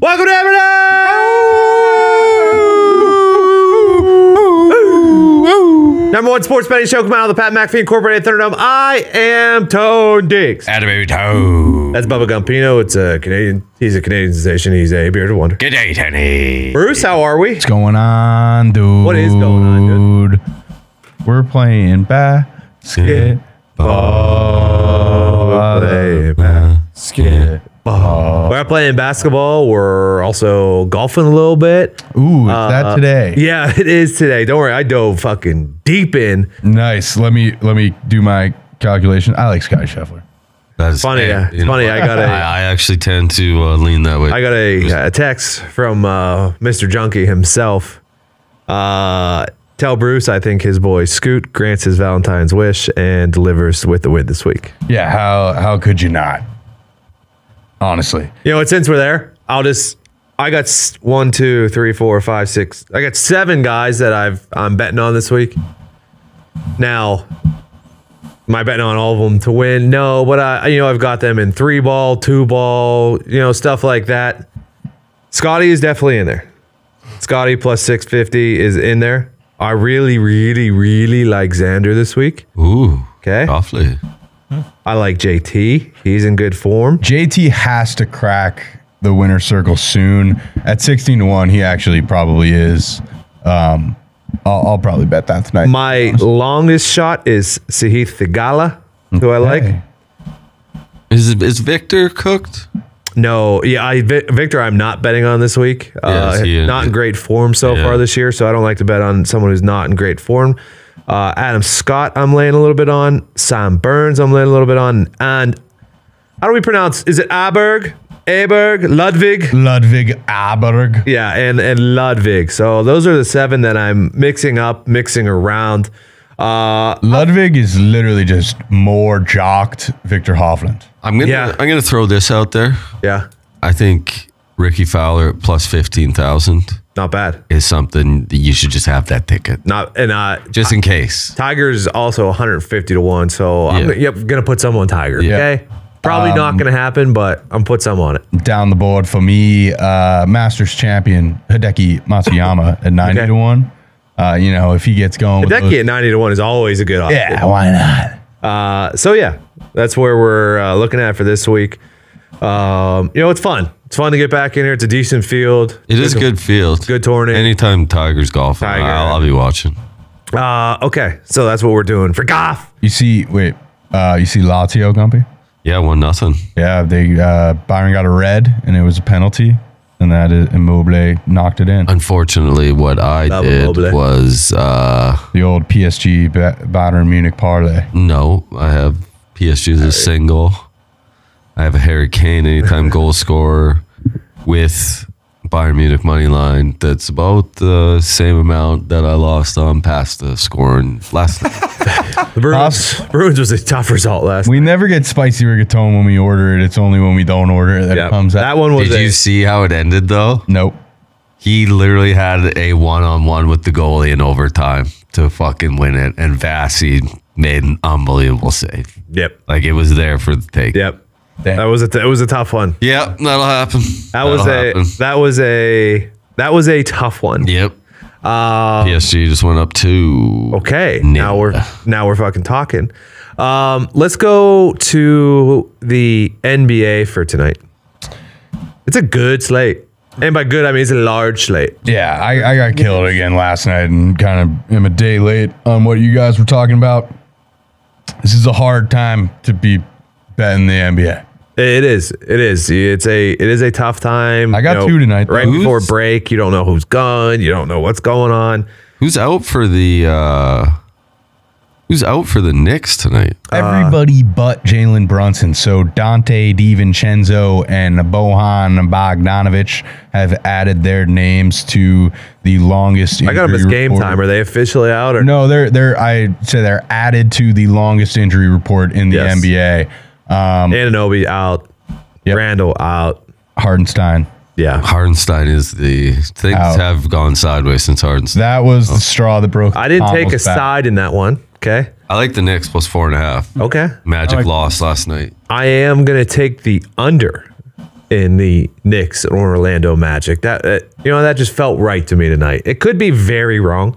Welcome to Everyday! Number one sports betting show, come out of the Pat McAfee Incorporated Third Dome. I am Tone Diggs. Adam Toe. That's Bubba Gumpino. It's a Canadian. He's a Canadian sensation. He's a bearded wonder. Good day, Tony. Bruce, how are we? What's going on, dude? What is going on, dude? We're playing Skip. Uh, Hey, basketball. man. Oh. Skip. We're playing basketball. We're also golfing a little bit. Ooh, is that today? Uh, Yeah, it is today. Don't worry, I dove fucking deep in. Nice. Let me let me do my calculation. I like Scotty Scheffler. That's Funny, yeah. It's funny, I got a- I, I actually tend to uh, lean that way. I got a, a text from uh, Mr. Junkie himself. Uh, tell Bruce I think his boy Scoot grants his Valentine's wish and delivers with the win this week. Yeah, how how could you not? Honestly. You know what? Since we're there, I'll just. I got s- one, two, three, four, five, six. I got seven guys that I've I'm betting on this week. Now, am I betting on all of them to win? No, but I you know I've got them in three ball, two ball, you know stuff like that. Scotty is definitely in there. Scotty plus six fifty is in there. I really, really, really like Xander this week. Ooh, Okay, awfully. I like JT. He's in good form. JT has to crack the winner circle soon. At 16 to 1, he actually probably is. Um I'll, I'll probably bet that tonight. My longest shot is Sahith Thigala, who I like. Hey. Is is Victor cooked? No, yeah, I Vi- Victor, I'm not betting on this week. Uh, Yes, he is. not in great form so Yeah. far this year, so I don't like to bet on someone who's not in great form. Uh, Adam Scott, I'm laying a little bit on. Sam Burns, I'm laying a little bit on. And how do we pronounce? Is it Aberg, Aberg, Ludwig? Ludwig Aberg. Yeah, and and Ludwig. So those are the seven that I'm mixing up, mixing around. Uh, Ludwig is literally just more jocked Victor Hovland. I'm gonna Yeah. I'm gonna throw this out there. yeah, I think Ricky Fowler at plus fifteen thousand not bad. is something that you should just have that ticket Not and uh, just in case. Tiger's also 150 to one, so I'm Yeah. gonna, yep, gonna put some on Tiger. Yeah. Um, Okay, probably not gonna happen, but I'm put some on it. Down the board for me, uh, Masters champion Hideki Matsuyama at 90 Okay. to 1. Uh, you know, if he gets going with Hideki those- at 90 to one is always a good option. yeah, why not? Uh, so yeah, that's where we're uh, looking at for this week. Um, you know, it's fun. It's fun to get back in here. It's a decent field. It is a good field. Good tournament. Anytime Tiger's golfing, Tiger. I'll, I'll be watching. Uh, okay, so that's what we're doing for golf. You see, wait, uh, you see Lazio, Gumpy? Yeah, one nothing. Yeah, they uh, Byron got a red and it was a penalty, and that is, Immobile knocked it in. Unfortunately, what I Double did Mobley. was uh, The old PSG Ba- Bayern Munich parlay. no. I have PSG as a single. I have a Harry Kane anytime goal scorer with Bayern Munich money line. That's about the same amount that I lost on pasta scoring last night. The Bruins, Bruins was a tough result last. We never get spicy rigatone when we order it. It's only when we don't order it that Yeah, it comes out. that one was Did a, you see how it ended though? Nope. He literally had a one-on-one with the goalie in overtime to fucking win it, and Vasi made an unbelievable save. yep, Like it was there for the take. yep. Damn. That was a t- it was a tough one. Yep, that'll happen. That was a That'll happen. that was a that was a tough one. Yep. PSG just went up two. Um, Okay, Nil. now we're now we're fucking talking. Um, let's go to the NBA for tonight. It's a good slate, and by good I mean it's a large slate. Yeah, I, I got killed again last night and kind of am a day late on what you guys were talking about. This is a hard time to be betting the NBA. It is, it is, it's a it is a tough time. I got You know, two tonight, though. Right Who's- before break, you don't know who's gone, you don't know what's going on. Who's out for the uh Who's out for the Knicks tonight? Uh, Everybody but Jalen Brunson. So Dante DiVincenzo and Bohan Bogdanovich have added their names to the longest. I got them as injury game report. time. Are they officially out or No, they're they're. I say they're added to the longest injury report in the Yes. NBA. Um, Ananobi out, Yep. Randall out. Hardenstein. Yeah, Hardenstein is the things Out. have gone sideways since Hardenstein. That was the straw that broke. I didn't take a Pavel's back. side in that one. Okay, I like the Knicks plus four and a half. okay. Magic I like- lost last night. I am going to take the under in the Knicks and Orlando Magic. That, that you know that just felt right to me tonight. It could be very wrong,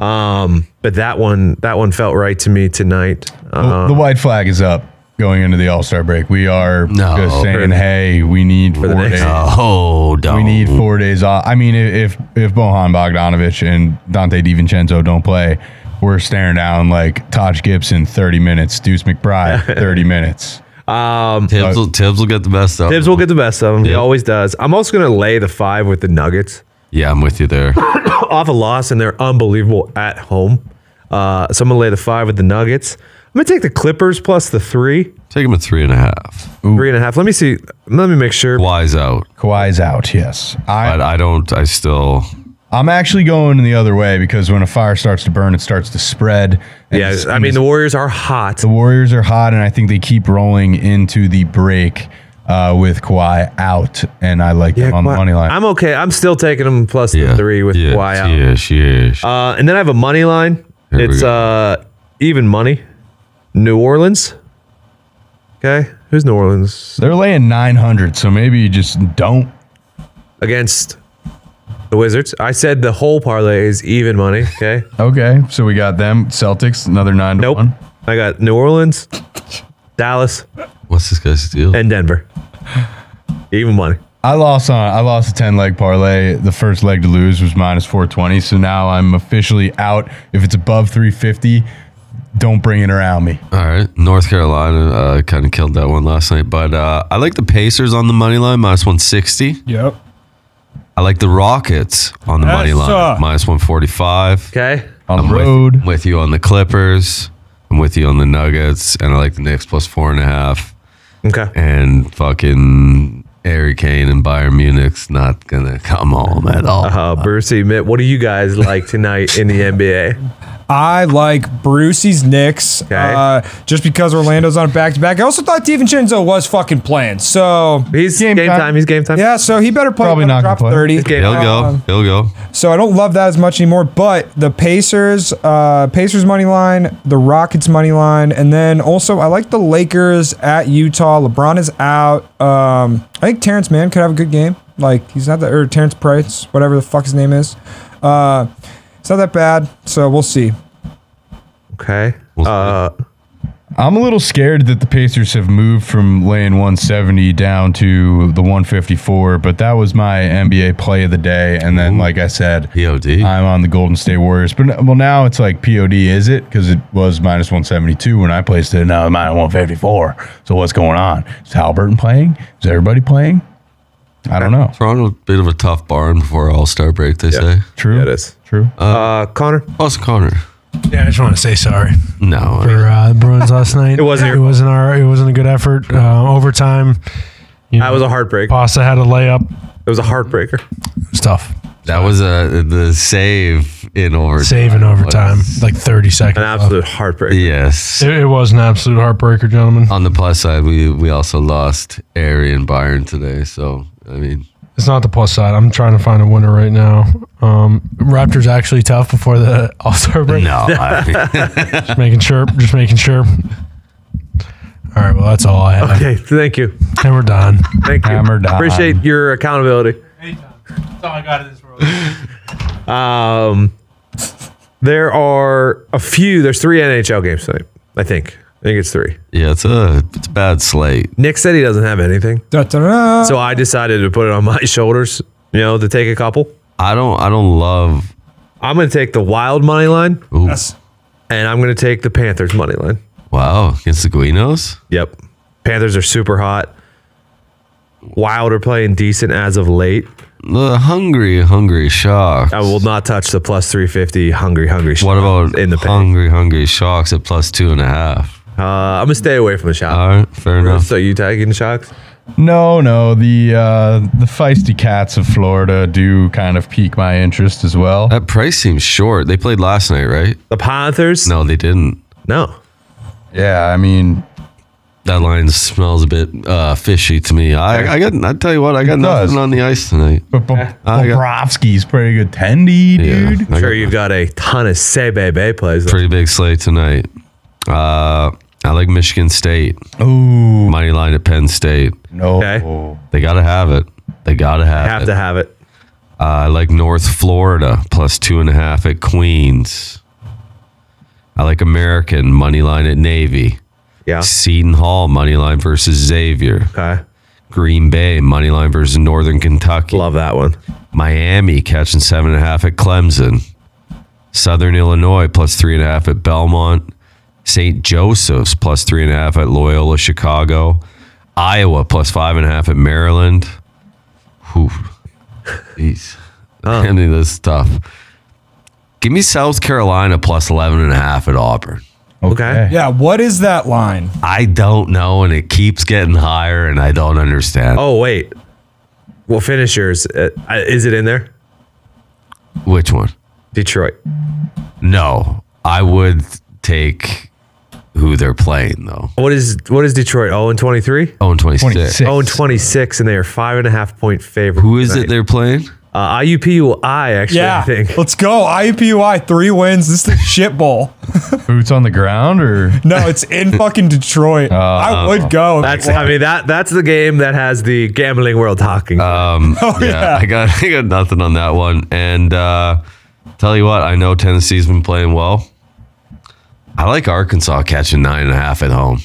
um, but that one that one felt right to me tonight. Uh, the white flag is up going into the All Star break. We are No. just saying, hey, we need four the days. next- Oh, don't. We need four days off. I mean, if if, if Bohan Bogdanovich and Dante Divincenzo don't play, we're staring down like Taj Gibson, thirty minutes, Deuce McBride, thirty minutes. Tibbs will, Tibbs will get the best of Tibbs them. will get the best of him. He always does. I'm also going to lay the five with the Nuggets. Yeah, I'm with you there. off a loss and they're unbelievable at home. Uh, so I'm gonna lay the five with the Nuggets. I'm gonna take the Clippers plus the three, Take him at three and a half. three and a half. Let me see. Let me make sure. Wise out, Kawhi's out. Yes, I but I don't. I still. I'm actually going the other way because when a fire starts to burn, it starts to spread. And Yeah, it's- I mean the Warriors are hot. The Warriors are hot, and I think they keep rolling into the break uh, with Kawhi out, and I like them on Kawhi- the money line. I'm okay. I'm still taking them plus Yeah, the three with yeah, Kawhi out. Yes, yes. Uh, and then I have a money line. Here we it's go. uh, even money. New Orleans. Okay, who's New Orleans They're laying 900, so maybe you just don't. against the Wizards? I said the whole parlay is even money. Okay. Okay, so we got them Celtics, another nine to Nope. one. I got New Orleans, Dallas, What's this guy's deal? and Denver. Even money. I lost on I lost a 10 leg parlay. The first leg to lose was minus 420, so now I'm officially out. If it's above 350, don't bring it around me. All right, North Carolina uh, kind of killed that one last night, but uh, I like the Pacers on the money line minus one sixty. Yep. I like the Rockets on the money Yes, line sir. minus one forty five. Okay. On I'm the with- road, With, you on the Clippers. I'm with you on the Nuggets, and I like the Knicks plus four and a half. Okay. And fucking Harry Kane and Bayern Munich's not gonna come home at all. Uh, Brucey, Mitt, what do you guys like tonight in the NBA? I like Brucey's Knicks uh, just because Orlando's on back to back. I also thought DiVincenzo was fucking playing. So, He's game, Game time. time. He's game time. yeah, so he better play. Probably He better not gonna drop play. 30. He's game He'll time. Uh-huh. go. He'll go. So I don't love that as much anymore. But the Pacers, uh, Pacers money line, the Rockets money line, and then also I like the Lakers at Utah. LeBron is out. Um, I think Terrence Mann could have a good game. Like he's not that or Terrence Price, whatever the fuck his name is. Uh, it's not that bad. So we'll see. Okay. We'll see. Uh, I'm a little scared that the Pacers have moved from laying 170 down to the 154, but that was my NBA play of the day. And then, like I said, POD. I'm on the Golden State Warriors. But well, now it's like POD, is it? Because it was minus 172 when I placed it. Now it's minus 154. So what's going on? Is Halliburton playing? Is everybody playing? I don't know. Toronto, bit of a tough barn before All Star break. They say. True. yeah, it is. True. Uh, Connor, Plus Connor. Yeah, I just want to say sorry No, I- for uh, the Bruins last night. It wasn't It your- wasn't our. It wasn't a good effort. Uh, overtime. You that was a heartbreak. It Pasta had a layup. was a heartbreaker. It's tough. that was a the save in overtime. Save in overtime, like 30 An seconds. left. absolute heartbreak. Yes. It, it was an absolute heartbreaker, gentlemen. On the plus side, we we also lost Ari and Byron today. So I mean, It's not the plus side. I'm trying to find a winner right now. Um, Raptors actually tough before the All Star break. no. I Just making sure. Just making sure. All right. Well, that's all I have. Okay. Thank you. And we're done. Thank you. Hammer down. Appreciate your accountability. That's all I got in this world. Um, there are a few. There's three NHL games tonight. I think. I think it's three. yeah, it's a it's a bad slate. Nick said he doesn't have anything. Da-da-da. So I decided to put it on my shoulders, you know, to take a couple. I don't I don't love. I'm going to take the Wild money line Ooh, Yes. and I'm going to take the Panthers money line. Wow, against the Guinos. Yep. Panthers are super hot. Wild are playing decent as of late. The hungry, hungry sharks. I will not touch the plus 350 hungry, hungry. What about in the pen? hungry, hungry sharks at plus two and a half? Uh, I'm going to stay away from the All shot. right, fair enough. so you taking shocks? No, no. The uh, the feisty cats of Florida do kind of pique my interest as well. That price seems short. They played last night, right? The Panthers? No, they didn't. No. Yeah, I mean, That line smells a bit uh, fishy to me. I, I got. I tell you what, I got does. nothing on the ice tonight. but but Ah, I got- Bobrovsky's pretty good tendy, Yeah, dude. I Sure, got you've got a ton of Sebebe plays. though. pretty big slate tonight. Uh, I like Michigan State. Ooh, Money line at Penn State. no. Okay. They got to have it. They got to have, Have it. Uh, to have it. I like North Florida plus two and a half at Queens. I like American money line at Navy. Yeah. Seton Hall money line versus Xavier. Okay. Green Bay money line versus Northern Kentucky. Love that one. Miami catching seven and a half at Clemson. Southern Illinois plus three and a half at Belmont. St. Joseph's plus three and a half at Loyola Chicago. Iowa plus five and a half at Maryland. Whew. Jeez. Any of this stuff. Give me South Carolina plus 11 and a half at Auburn. Okay. Yeah, what is that line? I don't know, and it keeps getting higher, and I don't understand. Oh wait. Well, finish yours. Uh, I- is it in there? Which one? Detroit. No, I would take who they're playing, though. What is what is Detroit? 0 and 23? Oh, and 26. 26. 0 and 26, and they are five and a half point favorite. Who is tonight. it they're playing? Uh, IUPUI, actually, I Yeah, think. let's go. IUPUI three wins. This is a shit bowl. Boots on the ground or No, it's in fucking Detroit. I would go. Oh. That's, I mean, that that's the game that has the gambling world talking. Oh, yeah, I got I got nothing on that one. And uh, tell you what, I know Tennessee's been playing well. I like Arkansas catching nine and a half at home.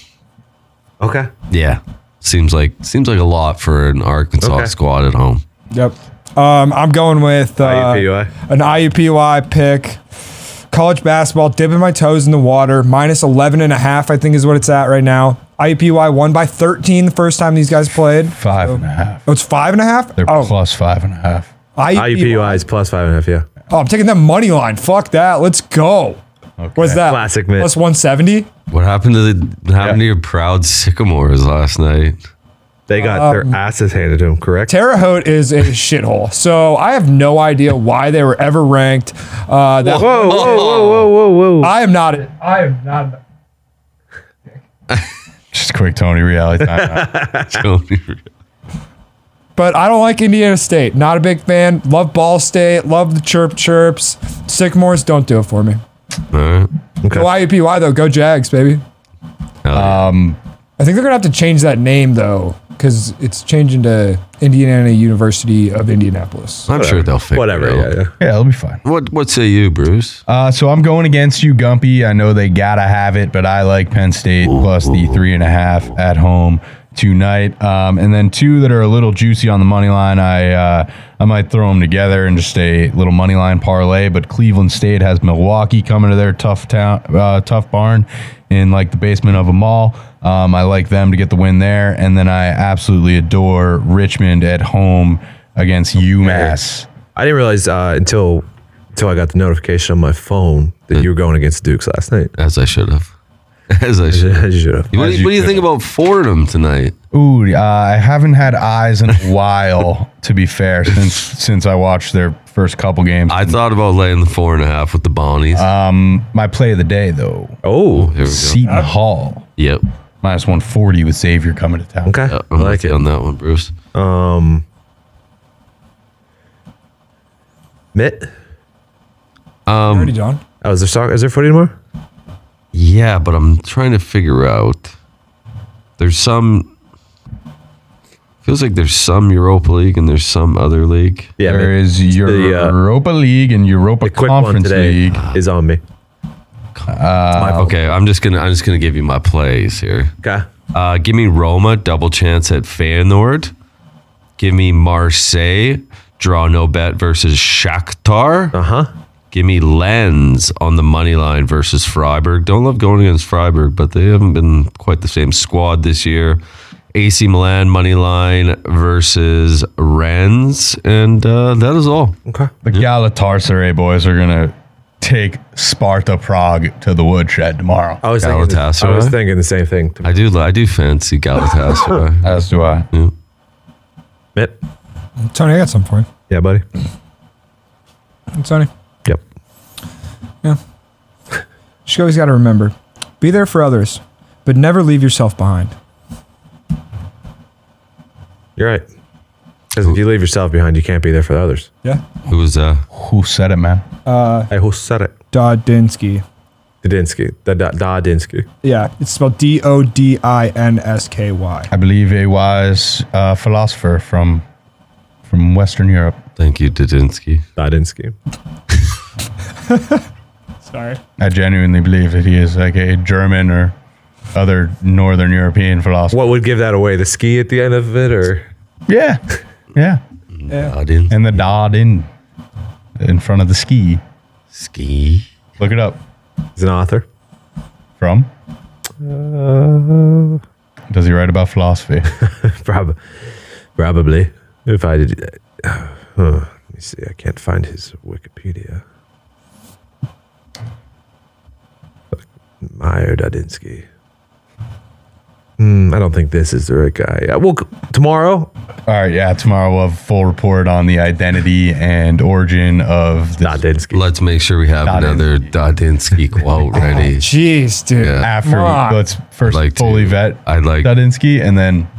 okay. Yeah, seems like seems like a lot for an Arkansas Okay. squad at home. yep. Um, I'm going with uh, IUPUI. an IUPUI pick. College basketball, dipping my toes in the water, minus 11 and a half, I think is what it's at right now. IUPUI won by 13 the first time these guys played. five and a half. Oh, it's five and a half? They're oh, plus five and a half. IUPUI is plus five and a half, yeah. Oh, I'm taking that money line. Fuck that. Let's go. What's that? Classic mid. Plus 170? What happened to the what happened to your proud Sycamores last night? They got their asses handed to them, correct? Terre Haute is a shithole. So I have no idea why they were ever ranked. Uh, that, whoa, whoa, whoa, whoa, whoa, whoa. I am not. I am not. Just quick Tony reality time. But I don't like Indiana State. Not a big fan. Love Ball State. Love the chirp chirps. Sycamores don't do it for me. All right. Okay. Go IUPUI though. Go Jags, baby. um, I think they're gonna have to change that name though, because it's changing to Indiana University of Indianapolis. I'm sure they'll figure Whatever, it out. yeah, yeah. yeah, it'll be fine. What what say you, Bruce? Uh, so I'm going against you, Gumpy. I know they gotta have it, but I like Penn State plus the three and a half at home tonight. Um, and then two that are a little juicy on the money line. I uh, I might throw them together and just a little money line parlay. But Cleveland State has Milwaukee coming to their tough town, uh, tough barn in like the basement of a mall. Um, I like them to get the win there. And then I absolutely adore Richmond at home against UMass. I didn't realize uh, until until I got the notification on my phone that you were going against Dukes last night. As I should have. As I should. I should have. What do As you, you what do you should think about Fordham tonight? Ooh, uh, I haven't had eyes in a while. to be fair, since since I watched their first couple games. I thought about laying the four and a half with the Bonnies. My play of the day though, Oh, Here we go. Seton Hall Yep. minus one forty with Xavier coming to town. okay. Yeah, I I'm like like it. on that one, Bruce. Mitt, Already done. oh, is there soccer? Is there footy tomorrow? Yeah, but I'm trying to figure out. There's some. Feels like there's some Europa League and there's some other league. Yeah, there Mitt. is uh, Europa League and Europa the quick one Conference today Ah. League. is on me. Okay, I'm just gonna I'm just gonna give you my plays here. Okay. Uh, give me Roma double chance at Feyenoord. Give me Marseille draw no bet versus Shakhtar. Uh huh. Give me Lens on the money line versus Freiburg. Don't love going against Freiburg, but they haven't been quite the same squad this year. AC Milan money line versus Rennes, and uh, that is all. Okay. The Galatasaray boys are gonna take Sparta Prague to the woodshed tomorrow. I was thinking. The, I Galatasaray? was thinking the same thing. To I do, li- I do fancy Galatasaray. As do I. Mm. Mitt. Tony, I got something for you. Yeah, buddy. Tony, Yep. you always got to remember, be there for others, but never leave yourself behind. You're right. Because if you leave yourself behind, you can't be there for the others. Yeah, Who was uh, that? Who said it, man? Hey, who said it? Dodinsky. Dodinsky. Dodinsky. Yeah, it's spelled D O D I N S K Y. I believe a wise uh, philosopher from from Western Europe. Thank you, Dudinsky. Dodinsky. Sorry. I genuinely believe that he is like a German or other Northern European philosopher. What would give that away? The ski at the end of it, or Yeah, yeah. Dudinski. And the dod in in front of the ski. Look it up. he's an author. From? Uh, Does he write about philosophy? Prob- probably. If I did, uh, huh, let me see. I can't find his Wikipedia. Meyer Dudinsky. Hmm, I don't think this is the right guy. Yeah, well, c- tomorrow, All right, yeah. Tomorrow we'll have a full report on the identity and origin of the Dudinsky. Let's make sure we have another Dudinsky quote ready. Jeez, dude. Yeah. after Mwah. let's first I'd like to- fully vet I'd like- Dudinsky and then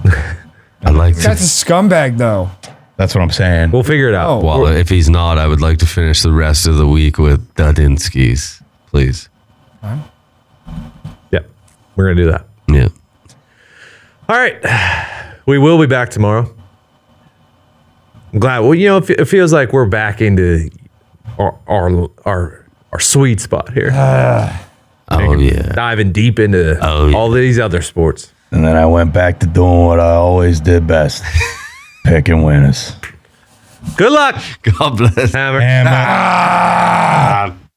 I'd like That's a to. scumbag, though. that's what I'm saying. We'll figure it out. Oh. Well, if he's not, I would like to finish the rest of the week with Dudinskys, please. Yep, we're gonna do that. Yeah. All right. We will be back tomorrow. I'm glad. Well, you know, it, fe- it feels like we're back into our our our, our sweet spot here, Oh, yeah. diving deep into Oh, yeah. all these other sports. And then I went back to doing what I always did best. Picking winners. Good luck, God bless. Hammer. Damn it.